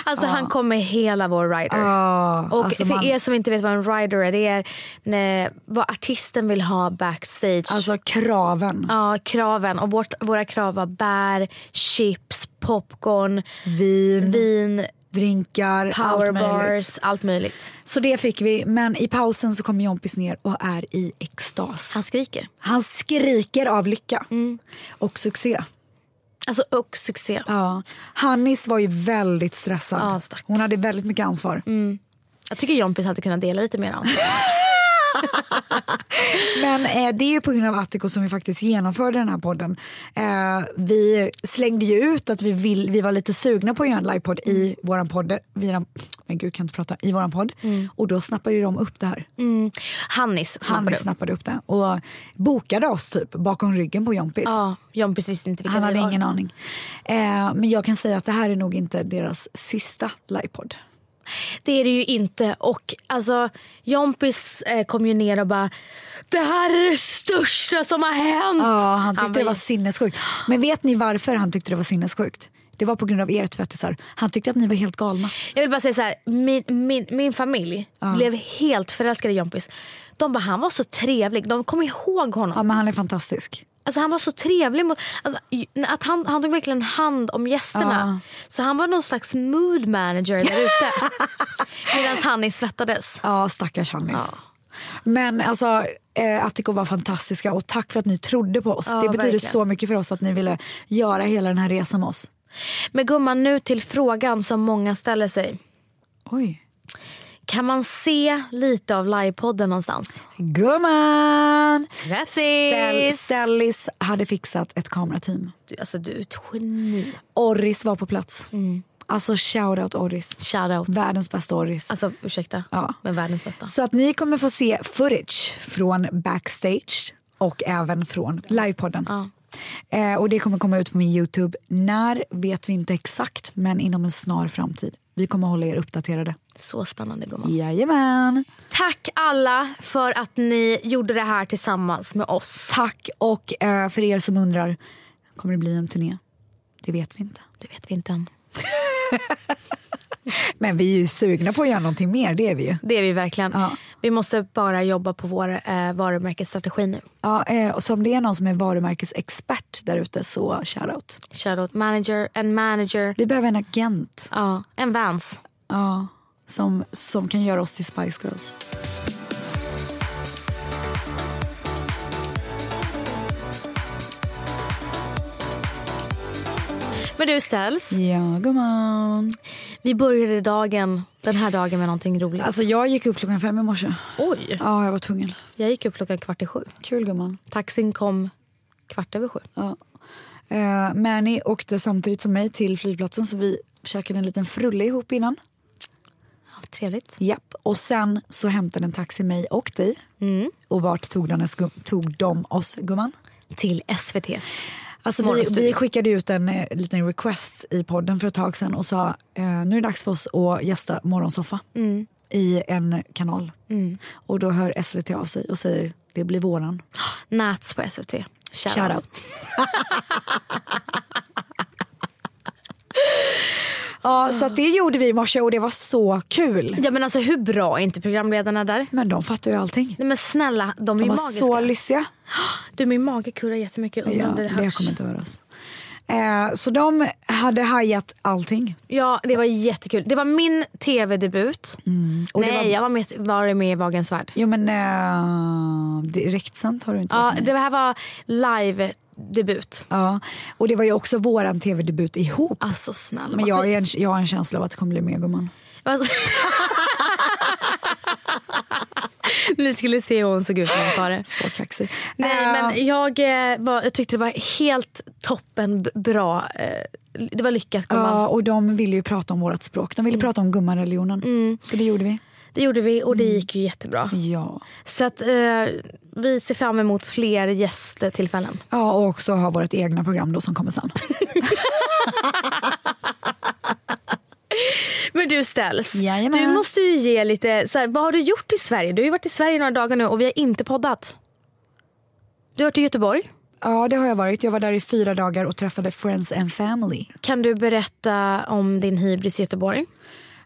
S1: alltså han kom med hela vår rider.
S2: Ja,
S1: Och
S2: alltså,
S1: för
S2: man-
S1: er som inte vet vad en rider är, det är när, vad artisten vill ha backstage.
S2: Alltså kraven,
S1: Ja, kraven. Och vårt, våra krav var bär, chips, popcorn,
S2: vin,
S1: vin,
S2: drinkar, Mm. allt möjligt.
S1: powerbars, allt möjligt.
S2: Så det fick vi, men i pausen så kom Jompis ner och är i extas.
S1: Han skriker.
S2: Han skriker av lycka
S1: Mm.
S2: och succé.
S1: Alltså, och succé.
S2: Ja. Hannis var ju väldigt stressad.
S1: Ja, stack. Mm.
S2: Hon hade väldigt mycket ansvar.
S1: Jag tycker Jompis hade kunnat dela lite mer
S2: [laughs]
S1: ansvar.
S2: Men eh, det är ju på grund av Attico som vi faktiskt genomförde den här podden. Eh, vi slängde ju ut att vi, vill, vi var lite sugna på att göra en livepodd
S1: Mm.
S2: i våran podd. Vira, men gud, kan inte prata. I våran podd.
S1: Mm.
S2: Och då snappade ju de upp det här.
S1: Hannis snappade
S2: Han
S1: upp.
S2: snappade upp det och bokade oss typ bakom ryggen på Jompis.
S1: Ja, Jompis visste inte vilka
S2: Han
S1: vi
S2: hade
S1: var.
S2: ingen aning. Eh, men jag kan säga att det här är nog inte deras sista livepodd.
S1: Det är det ju inte. Och alltså, Jompis eh, kom ju ner och bara “Det här är det största som har hänt!”
S2: Ja, han tyckte
S1: var
S2: det
S1: ju-
S2: var sinnessjukt. Men vet ni varför han tyckte det var sinnessjukt? Det var på grund av er tvättisar. Han tyckte att ni var helt galna.
S1: Jag vill bara säga så här, min, min, min familj blev helt förälskade i Jompis. De bara, han var så trevlig. De kom ihåg honom.
S2: Ja, men han är fantastisk.
S1: Alltså, han var så trevlig. Mot, alltså, att han, han tog verkligen hand om gästerna. Så han var någon slags mood manager där ute.
S2: [laughs]
S1: Medan Hanni svettades.
S2: Ja, stackars Hannis. Men alltså, eh, Attiko var fantastiska och tack för att ni trodde på oss. det betyder
S1: verkligen.
S2: så mycket för oss att ni ville göra hela den här resan med oss.
S1: Men gumman, nu till frågan som många ställer sig.
S2: Oj.
S1: Kan man se lite av livepodden någonstans?
S2: Gumman! Ställ-
S1: Tvättis!
S2: Stellis hade fixat ett kamerateam.
S1: Du, alltså, du är ett geni.
S2: Orris var på plats. Alltså shoutout Orris.
S1: Shoutout.
S2: Världens bästa Orris.
S1: Alltså ursäkta,
S2: Ja.
S1: men världens bästa.
S2: Så att ni kommer få se footage från backstage och även från livepodden. Eh, och det kommer komma ut på min Youtube. När vet vi inte exakt, men inom en snar framtid. Vi kommer hålla er uppdaterade.
S1: Så spännande gumman.
S2: Jajamän.
S1: Tack alla för att ni gjorde det här tillsammans med oss.
S2: Tack och eh, för er som undrar, kommer det bli en turné? Det vet vi inte.
S1: Det vet vi inte än.
S2: Men vi är ju sugna på att göra någonting mer, det är vi ju.
S1: Det är vi verkligen.
S2: Ja.
S1: Vi måste bara jobba på vår eh, varumärkesstrategi nu.
S2: Ja, eh, och så om det är någon som är varumärkesexpert där ute så shoutout.
S1: Shoutout manager, en manager,
S2: Vi behöver en agent
S1: ja, en Vans.
S2: ja, som, som kan göra oss till Spice Girls.
S1: Men du Ställs,
S2: Ja, gumman.
S1: vi började dagen, den här dagen med någonting roligt.
S2: Alltså jag gick upp klockan fem i morse.
S1: oj!
S2: Ja, jag var tvungen.
S1: Jag gick upp klockan kvart i sju.
S2: Kul gumman.
S1: Taxin kom kvart över sju.
S2: Ja. Eh, Mani åkte samtidigt som mig till flygplatsen så vi käkade en liten frulle ihop innan.
S1: Ja, trevligt.
S2: Japp. Och sen så hämtade en taxi mig och dig. Och vart tog de, oss, gu- tog de oss gumman?
S1: Till SVTs.
S2: Alltså vi,
S1: Morgonstudio.
S2: vi skickade ut en eh, liten request i podden för ett tag sedan och sa eh, nu är det dags för oss att gästa morgonsoffa
S1: Mm.
S2: i en kanal. Och då hör SVT av sig och säger det blir våran.
S1: Nats på SVT. Shoutout.
S2: Shoutout. [laughs] ja, så att det gjorde vi i morse och det var så kul.
S1: Ja men alltså hur bra är inte programledarna där?
S2: Men de fattar ju allting.
S1: Nej men snälla, de är
S2: De
S1: ju
S2: var
S1: magiska.
S2: så lyssiga.
S1: Du min mage kurrar jättemycket. Undrar
S2: Ja,
S1: om det
S2: det
S1: hörs.
S2: kommer inte att höras. Eh, så de hade hajat allting.
S1: Ja, det var jättekul. Det var min tv-debut.
S2: Mm, Och det
S1: Nej,
S2: var-
S1: jag var med, var med i Vagens Värld.
S2: Jo men eh, direktsänt har du inte
S1: Ja,
S2: varit med i.
S1: det här var live-debut.
S2: Ja, och det var ju också våran tv-debut ihop.
S1: Alltså snälla.
S2: Men
S1: varför-
S2: jag, är en, jag har en känsla av att det kommer bli mer gumman. [laughs]
S1: Alltså... [laughs] Ni skulle se hur hon såg ut när hon sa det.
S2: Så kaxig.
S1: Nej,
S2: Eh,
S1: men jag, eh, var, jag tyckte det var helt toppen b- bra. Eh, det var lyckat. gumman.
S2: Ja, och de ville ju prata om vårt språk. De ville prata om gummareligionen. Så det gjorde vi.
S1: Det gjorde vi och det gick ju jättebra.
S2: Ja.
S1: Så att, eh, vi ser fram emot fler gästtillfällen.
S2: ja, och också ha vårt egna program då som kommer sen.
S1: Men du Ställs,
S2: Jajamän.
S1: du måste ju ge lite, så här, vad har du gjort i Sverige? Du har ju varit i Sverige några dagar nu och vi har inte poddat. Du har varit i Göteborg.
S2: Ja, det har jag varit. Jag var där i fyra dagar och träffade friends and family.
S1: Kan du berätta om din hybris i Göteborg?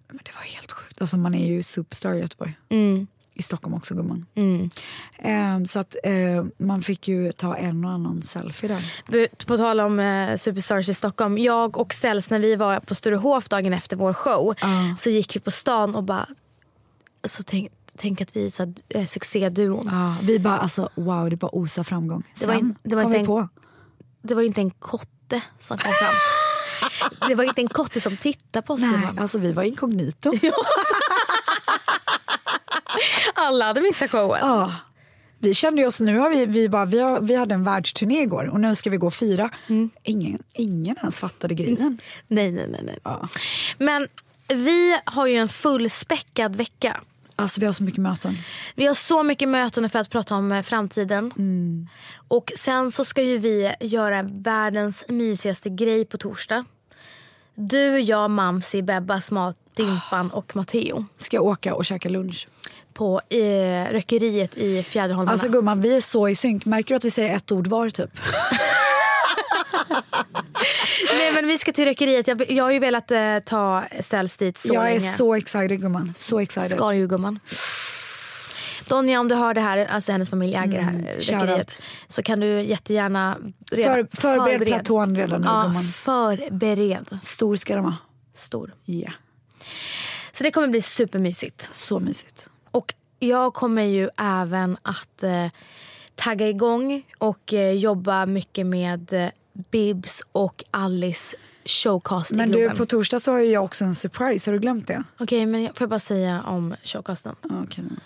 S2: Men det var helt sjukt. Alltså man är ju superstar i Göteborg.
S1: Mm.
S2: I Stockholm också gumman. Ehm, så att eh, man fick ju ta en och annan selfie där.
S1: Bu- På tal om eh, Superstars i Stockholm. Jag och Ställs när vi var på Sturehof dagen efter vår show
S2: Ja.
S1: så gick vi på stan och bara, så tänk, tänk att vi är så här, eh, succéduon.
S2: Ja, vi bara alltså wow, det bara osa framgång.
S1: Det
S2: Sen
S1: var in- det var
S2: kom
S1: inte
S2: vi
S1: en-
S2: på.
S1: Det var ju inte en kotte som kom
S2: [laughs]
S1: fram. Det var inte en kotte som tittade på oss.
S2: Nej,
S1: gumman.
S2: alltså vi var [laughs] inkognito.
S1: Alla hade missat showen.
S2: Ja. Vi kände ju oss, nu har vi, vi bara, vi, har, vi hade en världsturné igår och nu ska vi gå och fira. Ingen, ingen ens fattade grejen.
S1: Nej, nej, nej. nej.
S2: Ja.
S1: Men vi har ju en fullspäckad vecka.
S2: Alltså vi har så mycket möten.
S1: Vi har så mycket möten för att prata om eh, framtiden.
S2: Mm.
S1: Och sen så ska ju vi göra världens mysigaste grej på torsdag. Du, jag, Mamsi, Bebbas, Mat, Dimpan och Matteo
S2: Ska åka och käka lunch.
S1: på eh, Rökeriet i Fjäderholmarna.
S2: Alltså gumman, vi är så i synk. Märker du att vi säger ett ord var typ?
S1: Nej, men vi ska till Rökeriet. Jag, jag har ju velat eh, ta ställs dit så
S2: jag
S1: länge.
S2: är så excited gumman. Så excited.
S1: Skar ju gumman. Donja om du hör det här, alltså hennes familj äger det här eh,
S2: Mm, shout
S1: rökeriet. Så kan du jättegärna reda,
S2: För, förbered, platån redan nu
S1: Ja,
S2: gumman.
S1: förbered.
S2: Stor ska den vara.
S1: Stor.
S2: Ja,
S1: Så det kommer bli supermysigt.
S2: så mysigt.
S1: Och jag kommer ju även att eh, tagga igång och eh, jobba mycket med eh, Bibs och Alice showcast
S2: Men
S1: i
S2: du,
S1: Globen.
S2: på torsdag så har ju jag också en surprise. Har du glömt det?
S1: Okej, men jag- får jag bara säga om showcasten?
S2: Ja, Okej. då.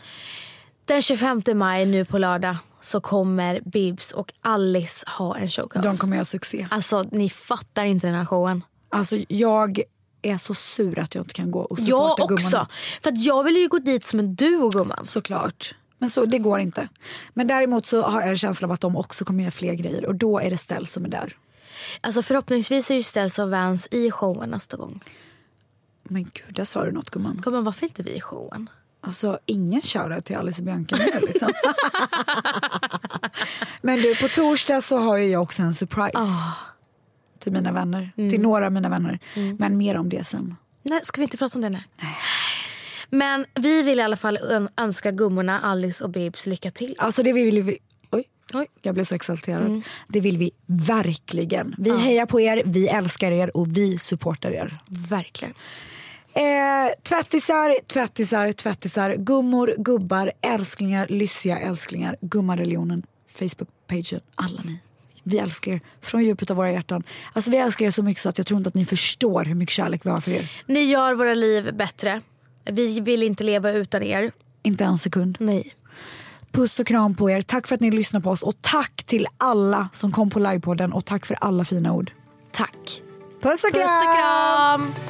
S1: Den 25 maj nu på lördag så kommer Bibs och Alice ha en showcast.
S2: De kommer göra succé.
S1: Alltså ni fattar inte den här showen.
S2: Alltså jag är så sur att jag inte kan gå och supporta
S1: Jag också.
S2: gummorna.
S1: För att jag ville ju gå dit som en duo gumman.
S2: Såklart. Men så, det går inte. Men däremot så har jag en känsla av att de också kommer göra fler grejer och då är det Stell som är där.
S1: Alltså förhoppningsvis är ju Ställs och Vans i showen nästa gång.
S2: Men gud, där sa du något gumman.
S1: Gumman varför inte vi i showen?
S2: Alltså ingen shoutout till Alice och Bianca nu, liksom. [laughs] Men du, på torsdag så har ju jag också en surprise. Till mina vänner. Till några av mina vänner. Men mer om det sen.
S1: Nej, ska vi inte prata om det nu? Men vi vill i alla fall ön- önska gummorna Alice och Bibs lycka till.
S2: Alltså det vill vi... Oj.
S1: Oj.
S2: Jag blev så exalterad. Det vill vi verkligen. Vi hejar på er, vi älskar er och vi supportar er.
S1: Verkligen.
S2: Eh, tvättisar, tvättisar, tvättisar. Gummor, gubbar, älsklingar, lyssiga älsklingar. Gummareligionen, Facebook-pagen. Alla ni. Vi älskar er från djupet av våra hjärtan. Alltså vi älskar er så mycket så att jag tror inte att ni förstår hur mycket kärlek vi har för er.
S1: Ni gör våra liv bättre. Vi vill inte leva utan er.
S2: Inte en sekund.
S1: Nej.
S2: Puss och kram på er. Tack för att ni lyssnar på oss och tack till alla som kom på livepodden och tack för alla fina ord.
S1: Tack.
S2: Puss och
S1: Puss och kram!